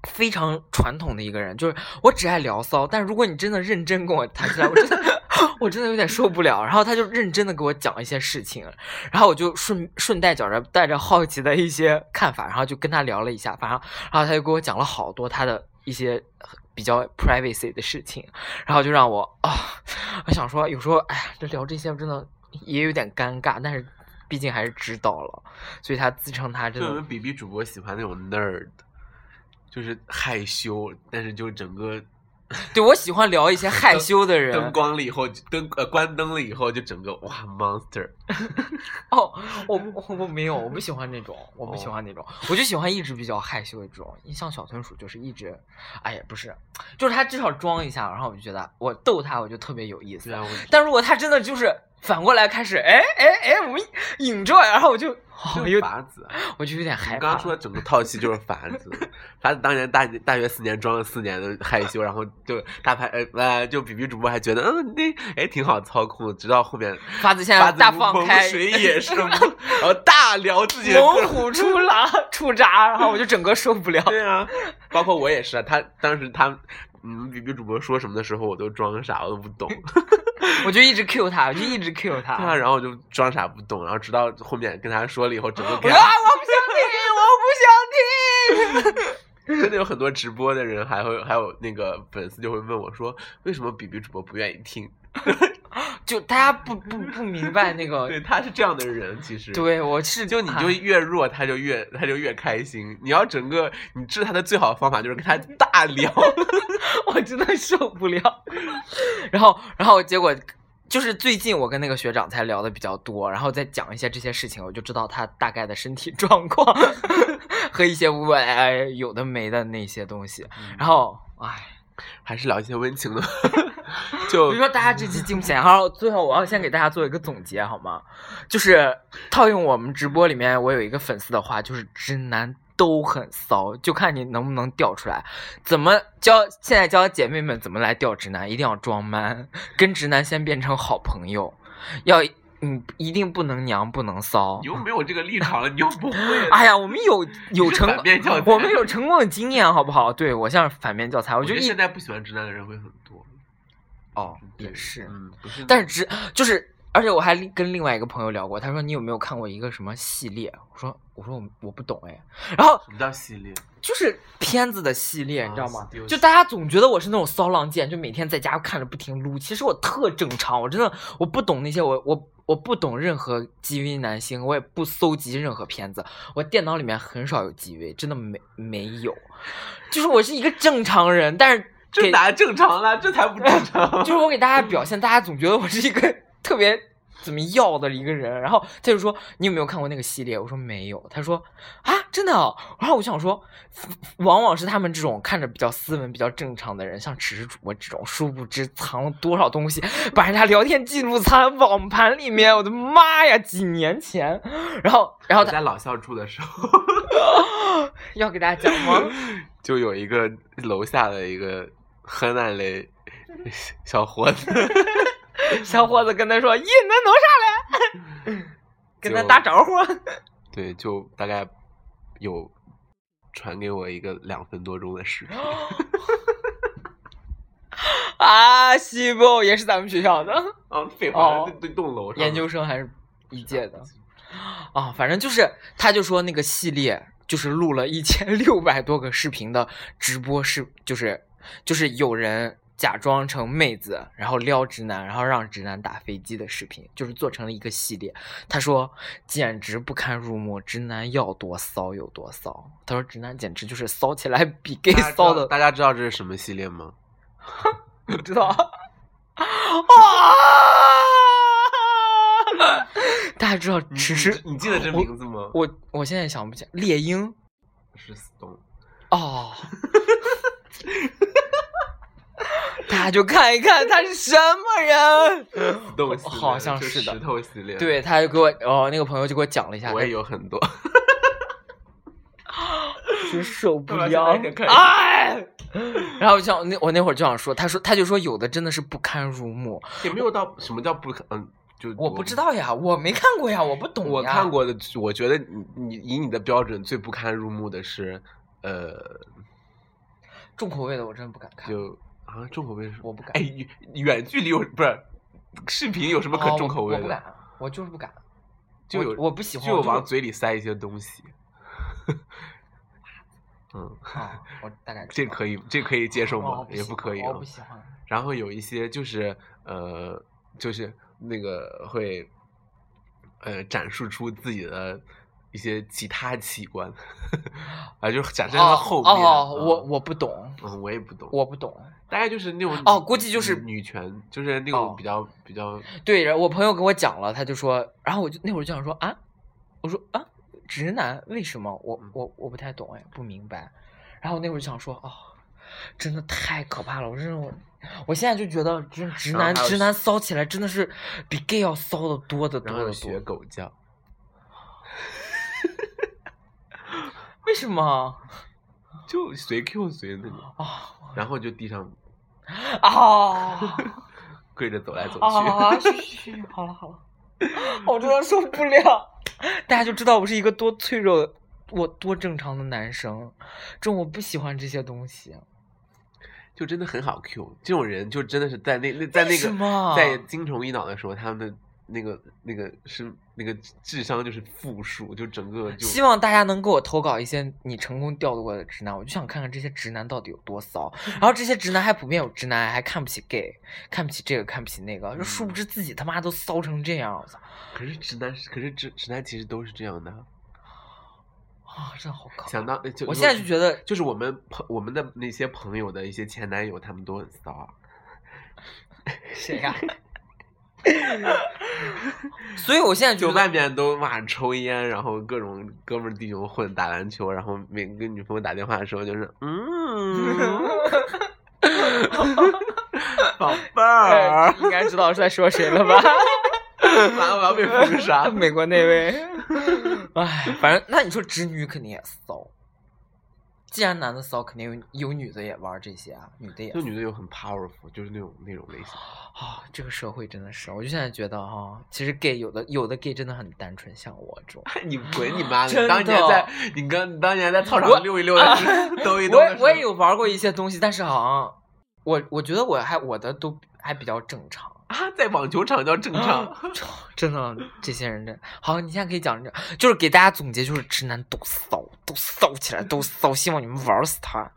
非常传统的一个人，就是我只爱聊骚，但是如果你真的认真跟我谈起来，我真的我真的有点受不了。然后他就认真的给我讲一些事情，然后我就顺顺带脚着带着好奇的一些看法，然后就跟他聊了一下，反正然后他就给我讲了好多他的一些比较 privacy 的事情，然后就让我啊、我想说有时候哎呀，这聊这些真的也有点尴尬，但是毕竟还是知道了，所以他自称他真
就
的
我们 B B 主播喜欢那种 nerd，就是害羞，但是就整个
对我喜欢聊一些害羞的人，
灯光了以后，灯呃关灯了以后，就整个哇 monster，
(laughs) 哦，我我我没有，我不喜欢那种，我不喜欢那种，我就喜欢一直比较害羞的这种。你像小豚鼠就是一直，哎呀不是，就是他至少装一下，然后我就觉得我逗他，我就特别有意
对
思。
啊，我
但如果他真的就是反过来开始，哎哎哎，我们引着，然后我就
这
好
是
有，
法子啊。
我就有点害怕。
你刚刚说的整个套系就是法子，法子当年大大学四年装了四年的害羞，然后就大牌呃呃，就 B B 主播还觉得嗯那哎挺好操控的，直到后面
法子现
法
在
子
大
如
放
猛
开，
水也是猛， (laughs) 然后大聊自己的各
猛
种。
虎出狼出闸，然后我就整个受不了。
对啊，包括我也是啊。他当时他你们 B B 主播说什么的时候，我都装傻，我都不 (laughs) 懂。
我就一直 Q 他，我就一直 Q 他。
对啊，然后我就装傻不懂，然后直到后面跟他说了以后，整个
我
给 (laughs)
说
他
啊，我不想听，我不想听。
真的有很多直播的人，还会还有那个粉丝就会问我说，为什么 B B 主播不愿意听？
就大家不不不明白那个，
对，他是这样的人，其实。
对我是
就你就
啊
越弱，他就越他就越开心。你要整个你治他的最好的方法就是跟他大聊， (laughs)
我真的受不了。 (laughs) 然后，然后结果就是最近我跟那个学长才聊的比较多，然后再讲一些这些事情，我就知道他大概的身体 (laughs) 状况和一些我哎有的没的那些东西。
嗯
然后，哎，
还是聊一些温情的。
我
(laughs) 就
就说大家这期进不然后最后我要先给大家做一个总结好吗？就是套用我们直播里面我有一个粉丝的话，就是直男都很骚，就看你能不能调出来。怎么教现在教姐妹们怎么来钓直男，一定要装 man，跟直男先变成好朋友，要嗯一定不能娘不能骚
你。又没有这个立场了，你又不会。
哎呀，我们
(laughs)
有有
是
成
反面教材，
我们有成功的经验，好不好？对我像是反面教材，我
我
就
觉得
一
现在不喜欢直男的人会很多，
哦
对
也是，
嗯，不是，
但是只就是，而且我还另跟另外一个朋友聊过，他说你有没有看过一个什么系列？我说我说我我不懂哎，然后
什么叫系列？
就是片子的系列，
啊
你知道吗
丢？
就
弃
大家总觉得我是那种骚浪贱，就每天在家看着不停撸，其实我特正常，我真的我不懂那些，我我我不懂任何 GV 男星，我也不搜集任何片子，我电脑里面很少有 GV，真的没没有，就是我是一个正常人，但是
这
给
哪正常了？这才不正 (laughs) 常。
就是我给大家表现，大家总觉得我是一个特别怎么要的一个人。然后他就说：“你有没有看过那个系列？”我说：“没有。”他说：“啊，真的、哦？”然后我想说，往往是他们这种看着比较斯文、比较正常的人，像只是主播这种，殊不知藏了多少东西，把人家聊天记录藏网盘里面。我的妈呀，几年前。然后，然后
我
他
在老校住的时候，
要给大家讲吗？
(laughs) 就有一个楼下的一个河南的小伙子， (laughs)
小伙子跟他说：“咦，恁弄啥嘞？” (laughs) 跟他
就
打招呼。
对，就大概有传给我一个两分多钟的视 (laughs) 频，
啊，西部也是咱们学校的
啊，废
哦
话，那那栋楼上
研究生，还是一届的啊，反正就是他就说那个系列就是录了一千六百多个视频的直播视，就是就是有人假装成妹子，然后撩直男，然后让直男打飞机的视频，就是做成了一个系列。他说简直不堪入目，直男要多骚有多骚。他说直男简直就是骚起来比 gay
大家知
骚
道
的，
大家知道这是什么系列 (laughs) 吗？
不知 (laughs) 道。啊！大家知道
你
只
你
是
你记得这名字吗？
我，我现在想不起来猎鹰
是 Stone。
(laughs) 哦。大家就看一看他是什么人。
豆系列
好像
就是
的
石头系列。，
对，他就给我哦，那个朋友就给我讲了一下，
我也有很多。 (laughs)
哎真受不
我
了
要现在就可以，
哎。然后像那我那会儿就想说，他说他就说有的真的是不堪入目，
也没有到什么叫不可，嗯，就
我不知。道啊呀，我没看过呀，我不懂呀。
我看过的，我觉得你你以你的标准最不堪入目的是，呃，
重口味的我真的不敢看。
就啊，重口味是什么
我不敢
哎，远远距离有不是视频有什么
哦
可
我
重口味
我不
的？
敢，我就是不敢。
就有
我我不喜欢，
就
我
往
是
嘴里塞一些东西。 (laughs) 嗯，
啊，我大概
这可以，这可以接受
我
吗？也不可以
我
啊
哦不喜欢。
然后有一些就是呃，就是那个会呃展示出自己的一些其他器官， (laughs) 啊，就是展示在
哦
后面。
哦，
嗯
我我不懂，
嗯，我也不懂，
我不懂。
大概就是那种
哦
女
估计就是
女女权，就是那
哦
种比较、比较
对，然后我朋友跟我讲了，他就说，然后我就那会儿就想说啊，我说啊，直男为什么
嗯
我我我不太懂哎，不明白。然后那会儿就想说哦，真的太可怕了，我真的我我现在就觉得直直
然后
男
还有
直男骚起来真的是比 gay 要骚的多的
然
多
后
的
学
多。
狗叫，
为什么
就随 Q 随那种， (laughs)
啊
然后就地上
啊
跪着走来走去。
啊！是是是，好了好 (laughs) 了，哦我真的受不了。大家就知道我是一个多脆弱、我多正常的男生，这我不喜欢这些东西。
就真的很好 Q，这种人就真的是在那那在
为
那
什
个
么
在精虫一脑的时候，他们的那个那个是那个智商就是负数，就整个就
希望大家能给我投稿一些你成功调度过的直男，我就想看看这些直男到底有多 (laughs) 骚。然后这些直男还普遍有直男癌还看不起 gay，看不起这个，看不起那个，就殊不知自己他妈都骚成这样，我操
可是直男，可是直直男其实都是这样的。
啊，真的好可怕！
想到呃就
我现在就觉得
就是我们朋我们的那些朋友的一些前男友，他们都很骚啊。
谁 (laughs) 呀、所以我现在觉
就外
得，
面都哇抽烟，然后各种哥们儿弟兄混打篮球，然后每个女朋友打电话的时候就是
(laughs)
嗯， (laughs) 宝贝儿
(laughs) 哎，应该知道是在说谁了 (laughs) 吧？
(laughs) 完了我要被封杀。
啊 (laughs) 美国那位，哎，反正那你说直女肯定也骚，既然男的骚，肯定有有女的也玩这些啊，女的也
就女的有很 powerful，就是那种那种类型。
啊，这个社会真的是，我就现在觉得哈、其实 gay 有的有的 gay 真的很单纯，像我这种。
(laughs) 你滚你妈的！
真
你当年
的
在你刚你当年在操
我
场溜一溜的时候，兜一兜的
我
时候
我也有玩过一些东西，但是好像我我觉得我还我的都还比较正常。
啊，在网球场叫正
(laughs)
常。
真的，这些人真好。你现在可以讲，就是给大家总结，就是直男都骚，都骚起来，都骚。希望你们玩死他。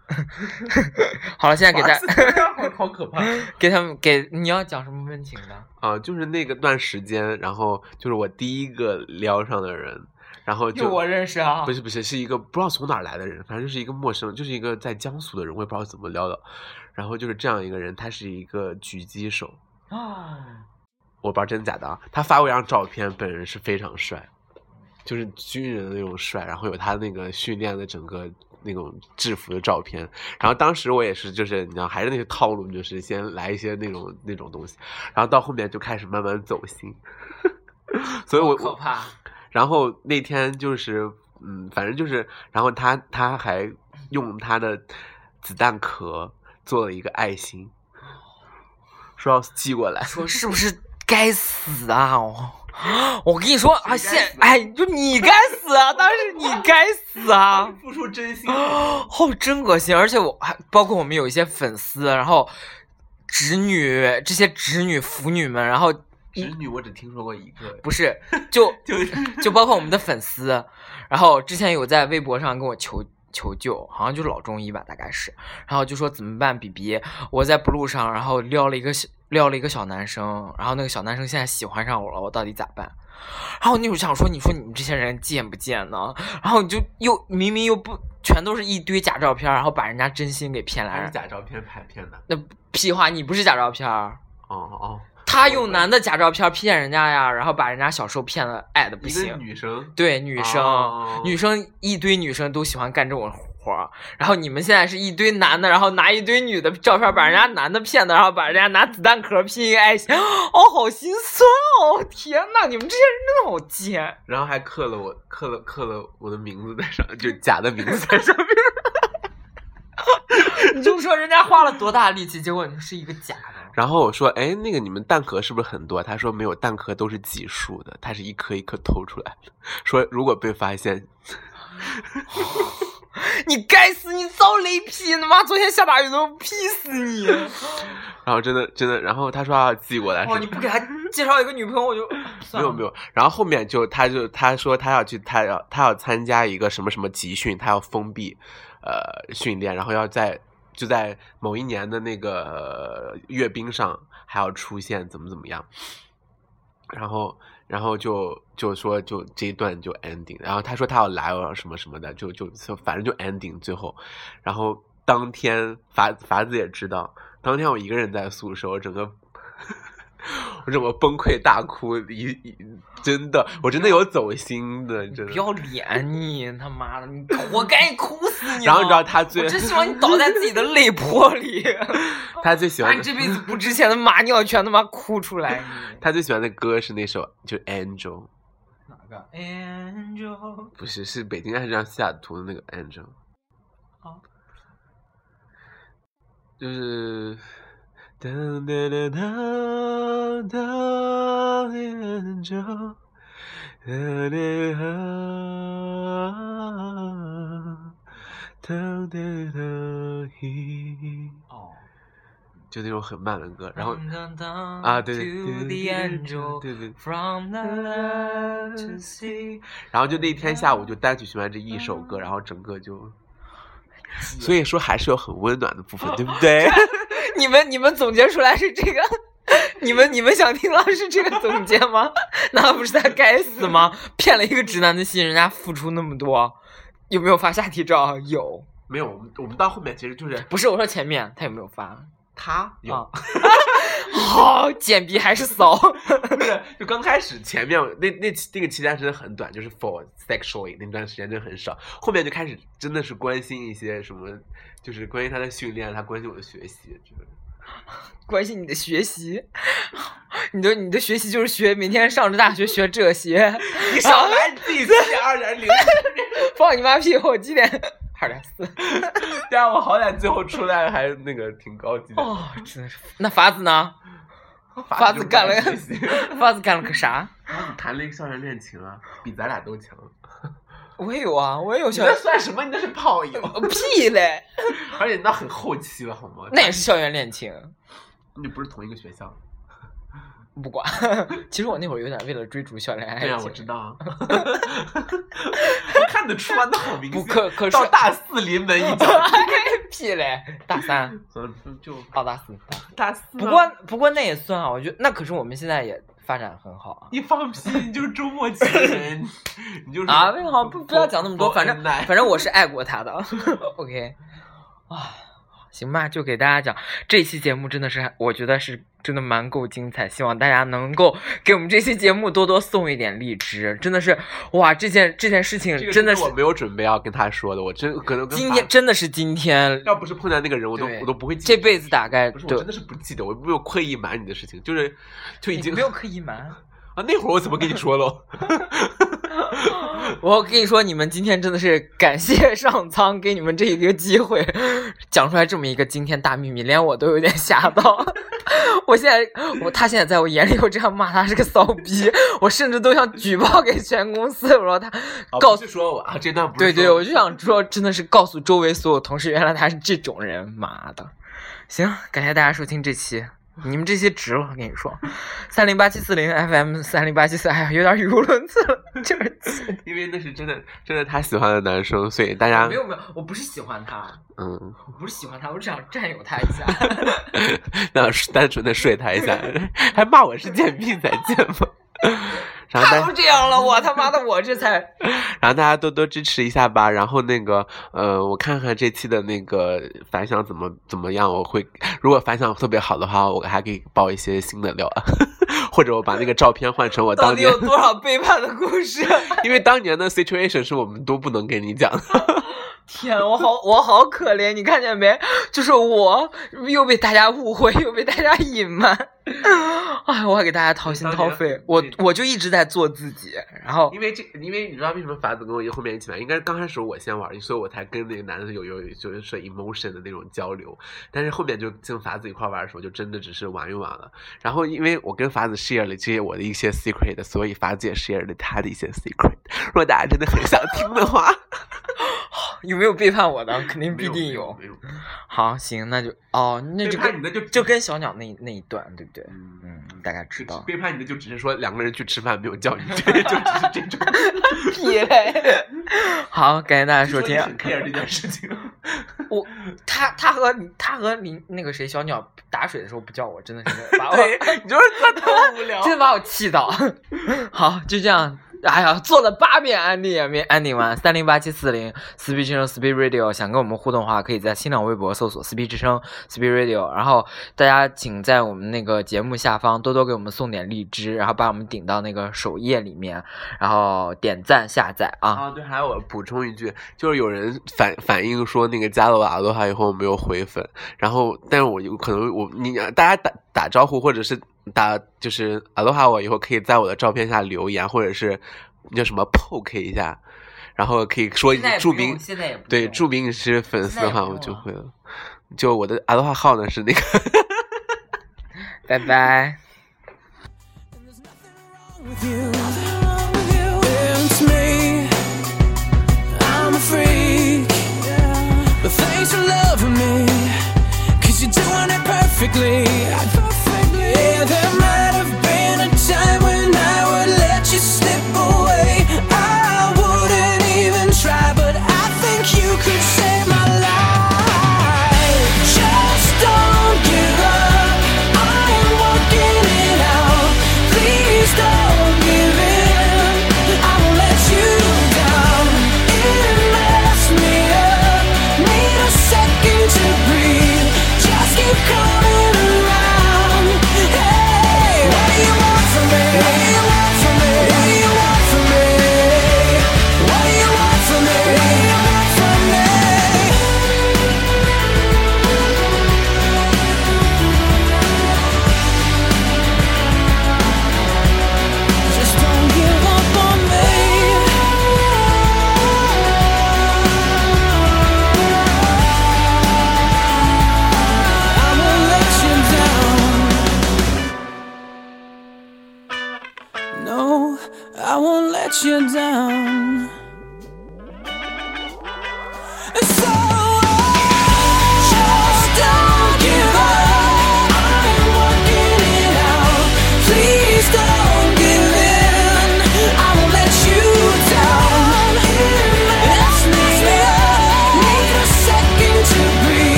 (laughs) 好了，现在给
(laughs)
大家
好可怕
给他们给你要讲什么温情的？
(laughs) 啊！就是那个段时间，然后就是我第一个撩上的人，然后就
认识啊
不是不是是一个不知道从哪儿来的人，反正就是一个陌生，就是一个在江苏的人，我也不知道怎么撩的。然后就是这样一个人，他是一个狙击手，
啊，
我不知道真假的啊。他发过一张照片，本人是非常帅，就是军人的那种帅，然后有他那个训练的整个那种制服的照片。然后当时我也是，就是你知道，还是那些套路，就是先来一些那种那种东西，然后到后面就开始慢慢走心。 (laughs) 所以我
可
我
怕。
然后那天就是，嗯，反正就是，然后他他还用他的子弹壳做了一个爱心，说要寄过来。
说是不是该死啊？我我跟你说啊，
谁该
现
死
哎，就你该死啊！当时你该死啊！ (laughs)
付出真心
哦，真恶心！而且我还包括我们有一些粉丝，然后直女这些直女腐女们，然后
侄女我只听说过一个，
嗯不是就
(laughs) 就
就包括我们的粉丝，然后之前有在微博上跟我求求救，好像就是老中医吧，大概是，然后就说怎么办比比，我在 blue 上，然后撩了一个小撩了一个小男生，然后那个小男生现在喜欢上我了，我到底咋办？然后我那会儿想说，你说你们这些人贱不贱呢？然后你就又明明又不全都是一堆假照片，然后把人家真心给骗来
还是
了。
假照片拍骗的。
那屁话，你不是假照片儿，
哦哦，
他用男的假照片骗人家呀，然后把人家小时候骗的爱的不
一
行。
个女生，
对，女生，
哦
女生一堆女生都喜欢干这种活儿，然后你们现在是一堆男的，然后拿一堆女的照片把人家男的骗的，然后把人家拿子弹壳拼一个爱心，哦，好心酸哦！天呐，你们这些人真的好贱！
然后还刻了我刻了刻了我的名字在上，就假的名字在上 (laughs) 面。
(laughs) 你就说人家花了多大力气，结果你是一个假的。
然后我说，哎，那个你们蛋壳是不是很多？他说没有，蛋壳都是计数的， (laughs) 它是一颗一颗偷出来的。说如果被发现，
你该死，你遭雷劈！他妈，昨天下大雨都劈死你！
然后真的真的，然后他说要寄过来，
哦，你不给他介绍一个女朋友， (laughs) 我就
没
算了
有没有。然后后面就他就他说他要去他要他要参加一个什么什么集训，他要封闭呃训练，然后要在就在某一年的那个阅兵上还要出现怎么怎么样，然后然后就就说就这一段就 ending，然后他说他要来哦什么什么的，就就就反正就 ending 最后，然后当天法法子也知道，当天我一个人在宿舍，我整个 (laughs) 我整个崩溃大哭，一一真的我真的有走心的，真
不
的。
要脸你！他妈的，
(laughs)
你活该，你哭死你！
然后你知道，他最
我真希望你倒在自己的泪波
(laughs)
里，
他最喜
把
欢
你
的
这辈子不值钱的马尿全他妈哭出来！
(laughs) 他最喜欢的歌是那首就 Angel，
哪个？Angel，
(laughs) 不是是北京爱上西雅图的那个 Angel。
好
就是。哒哒哒哒哒恋着，哒哒哒哒哒哒嘿，
哦，
就那种很慢的歌，然后啊，
啊
对对对
To
对
the
对
angel
对对，
from the land to sea。
然后就那天下午就单曲循环这一首歌，然后整个就，所以说还是有很温暖的部分，对不对？
(laughs) 你们你们总结出来是这个？你们你们想听到是这个总结吗？那不是他该死吗？骗了一个直男的心，人家付出那么多，有没有发下体照？啊有，
没有，我们我们到后面其实就是
不是我说前面他有没有发？
他有。
啊 (laughs) 好，简笔还是骚。
不是，就刚开始前面那那期那个期间真的很短，就是 for sexually 那段时间真的很少，后面就开始真的是关心一些什么，就是关于他的训练，他关心我的学习，就是
关心你的学习，你的你的学习就是学每天上着大学学这些，
你少来你自己七点二点零，
放你妈屁！我几点？二点四。
这啊样我好歹最后出来还那个挺高级的，
哦，真的是。那法子呢？法
子
子干了
学习，
(laughs) 法子干了个啥？
谈了一个校园恋情啊，比咱俩都强，
我也有啊，我也有
你
校
那
园。呃
算什么？你那是炮友，
屁嘞，
(laughs) 而且你那很后期了好吗？
(laughs) 那也是校园恋情。
你不是同一个学校？
不管， (laughs) 其实我那会儿有点为了追逐校园爱情。
对呀、我知道
(laughs)
啊，我看得出啊，那好明显。
不可可是
到大四临
(laughs)
门一脚，
屁嘞，大三
嗯，就
到大 (laughs) 四。
大四啊。
不过不过那也算啊，我觉得那可是我们现在也发展很好啊。
你放屁，你就是周末情
(laughs)
人，你 (laughs) 就是
啊，为好不不要讲那么多，
不
反正
不恩爱
反正我是爱过他的。OK，啊，行吧，就给大家讲这期节目真的是，我觉得是真的蛮够精彩，希望大家能够给我们这期节目多多送一点荔枝，真的是哇，这件这件事情
这个
真的是
我没有准备要跟他说的，我真可能跟
今
法
天真的是今天，
要不是碰见那个人，我都
对
我都不会记
这
得
辈子大概
不是我真
对，
的是不记得，我没有刻意瞒你的事情，就是就已
你
经
没有刻意瞒。
(laughs) 啊那会儿我怎么跟你说喽？
我跟你说，你们今天真的是感谢上苍给你们这一个机会， (laughs) 讲出来这么一个惊天大秘密，连我都有点吓到。 (laughs) 我现在，我他现在在我眼里，我这样骂他是个骚逼， (laughs) 我甚至都想举报给全公司。我说他
啊
告
不是说我啊这段不是
对对，
说
我就想说，真的是告诉周围所有同事，原来他是这种人，妈的！行，感谢大家收听这期，你们这些值了，我跟你说，三零八七四零 FM 三零八七四，哎呀，有点语无伦次了， (laughs) 就是气。
因为那是真的真的他喜欢的男生，所以大家
没有没有，我不是喜欢他，
嗯。 (laughs)
我不是喜欢他，我只想占有他一下。
那是单纯的睡他一下， (laughs) 还骂我是贱婢，再见吧。然后
他
大
都这样了，我他妈的，我这
(laughs)
才
然后大家多多支持一下吧。然后那个，呃，我看看这期的那个反响怎么怎么样。我会如果反响特别好的话，我还可以爆一些新的料， (laughs) 或者我把那个照片换成我
到
当
底
年
有，多少背叛的故
(laughs)
事？
因为当年的 situation 是我们都不能跟你讲的。
天，我好，我好可怜，你看见没？就是我又被大家误会，又被大家隐瞒。哎，我还给大家掏心掏肺，我我就一直在做自己，然后
因为这，因为你知道为什么法子跟我一后面一起玩？应该是刚开始我先玩，所以我才跟那个男的有有就是说 emotion 的那种交流。但是后面就跟法子一块玩的时候，就真的只是玩一玩了。然后因为我跟法子 share 了这些我的一些 secret，所 (laughs) 以法子也 share 了他的一些 secret。如果大家真的很想听的话，
有没有背叛我的？肯定必定
有
有。
没有。没有
好，行，那就哦，那
背
就
叛你
跟
的就
就跟小鸟那一那一段，对不对？
嗯
嗯，大概知
就
道。
背叛你的就只是说两个人去吃饭没有叫
(laughs)
你，对，就只是这种。
屁嘞！ (laughs) 好，感谢大家收
说你
听。
很 care 这件事情。
我他他和你他和你那个谁小鸟打水的时候不叫我，真的是把我
对，
(laughs)
你就是他多无聊
真把我气到。 (laughs) 好，就这样。哎呀，做了八遍安利也没安利完。三零八七四零 s p e e 之声 s p e e Radio，想跟我们互动的话，可以在新浪微博搜索 s p e e 之声 s p e e Radio。然后大家请在我们那个节目下方多多给我们送点荔枝，然后把我们顶到那个首页里面，然后点赞下载啊。
啊，对，还有我补充一句，就是有人反反映说那个加了我阿罗哈以后没有回粉，然后但是我有可能我你大家打打招呼或者是打就是阿罗哈我以后可以在我的照片下留言或者是那叫什么 poke 一下，然后可以说你注明
现在也不
对注明你是粉丝的
现在
话
也不
我
用
就
了
会了，就我的阿罗哈号呢是那个
拜拜。
And there's nothing wrong with you. Nothing wrong with you. It's me. I'm a freak. But thanks for loving me. Cause you're doing it perfectly. perfectly. Yeah, there might have been a time when I would let you slip away. I wouldn't even try, but I think you could save my life. Just don't give up. I am working it out. Please don't give in. I won't let you down. It messed me up. Need a second to breathe. Just keep coming around. Hey, what do you want from me? What do you want from me? What do you want from me? What do you want from me? What do you want from me? Just don't give up on me. I won't let you down. No, I won't let you down.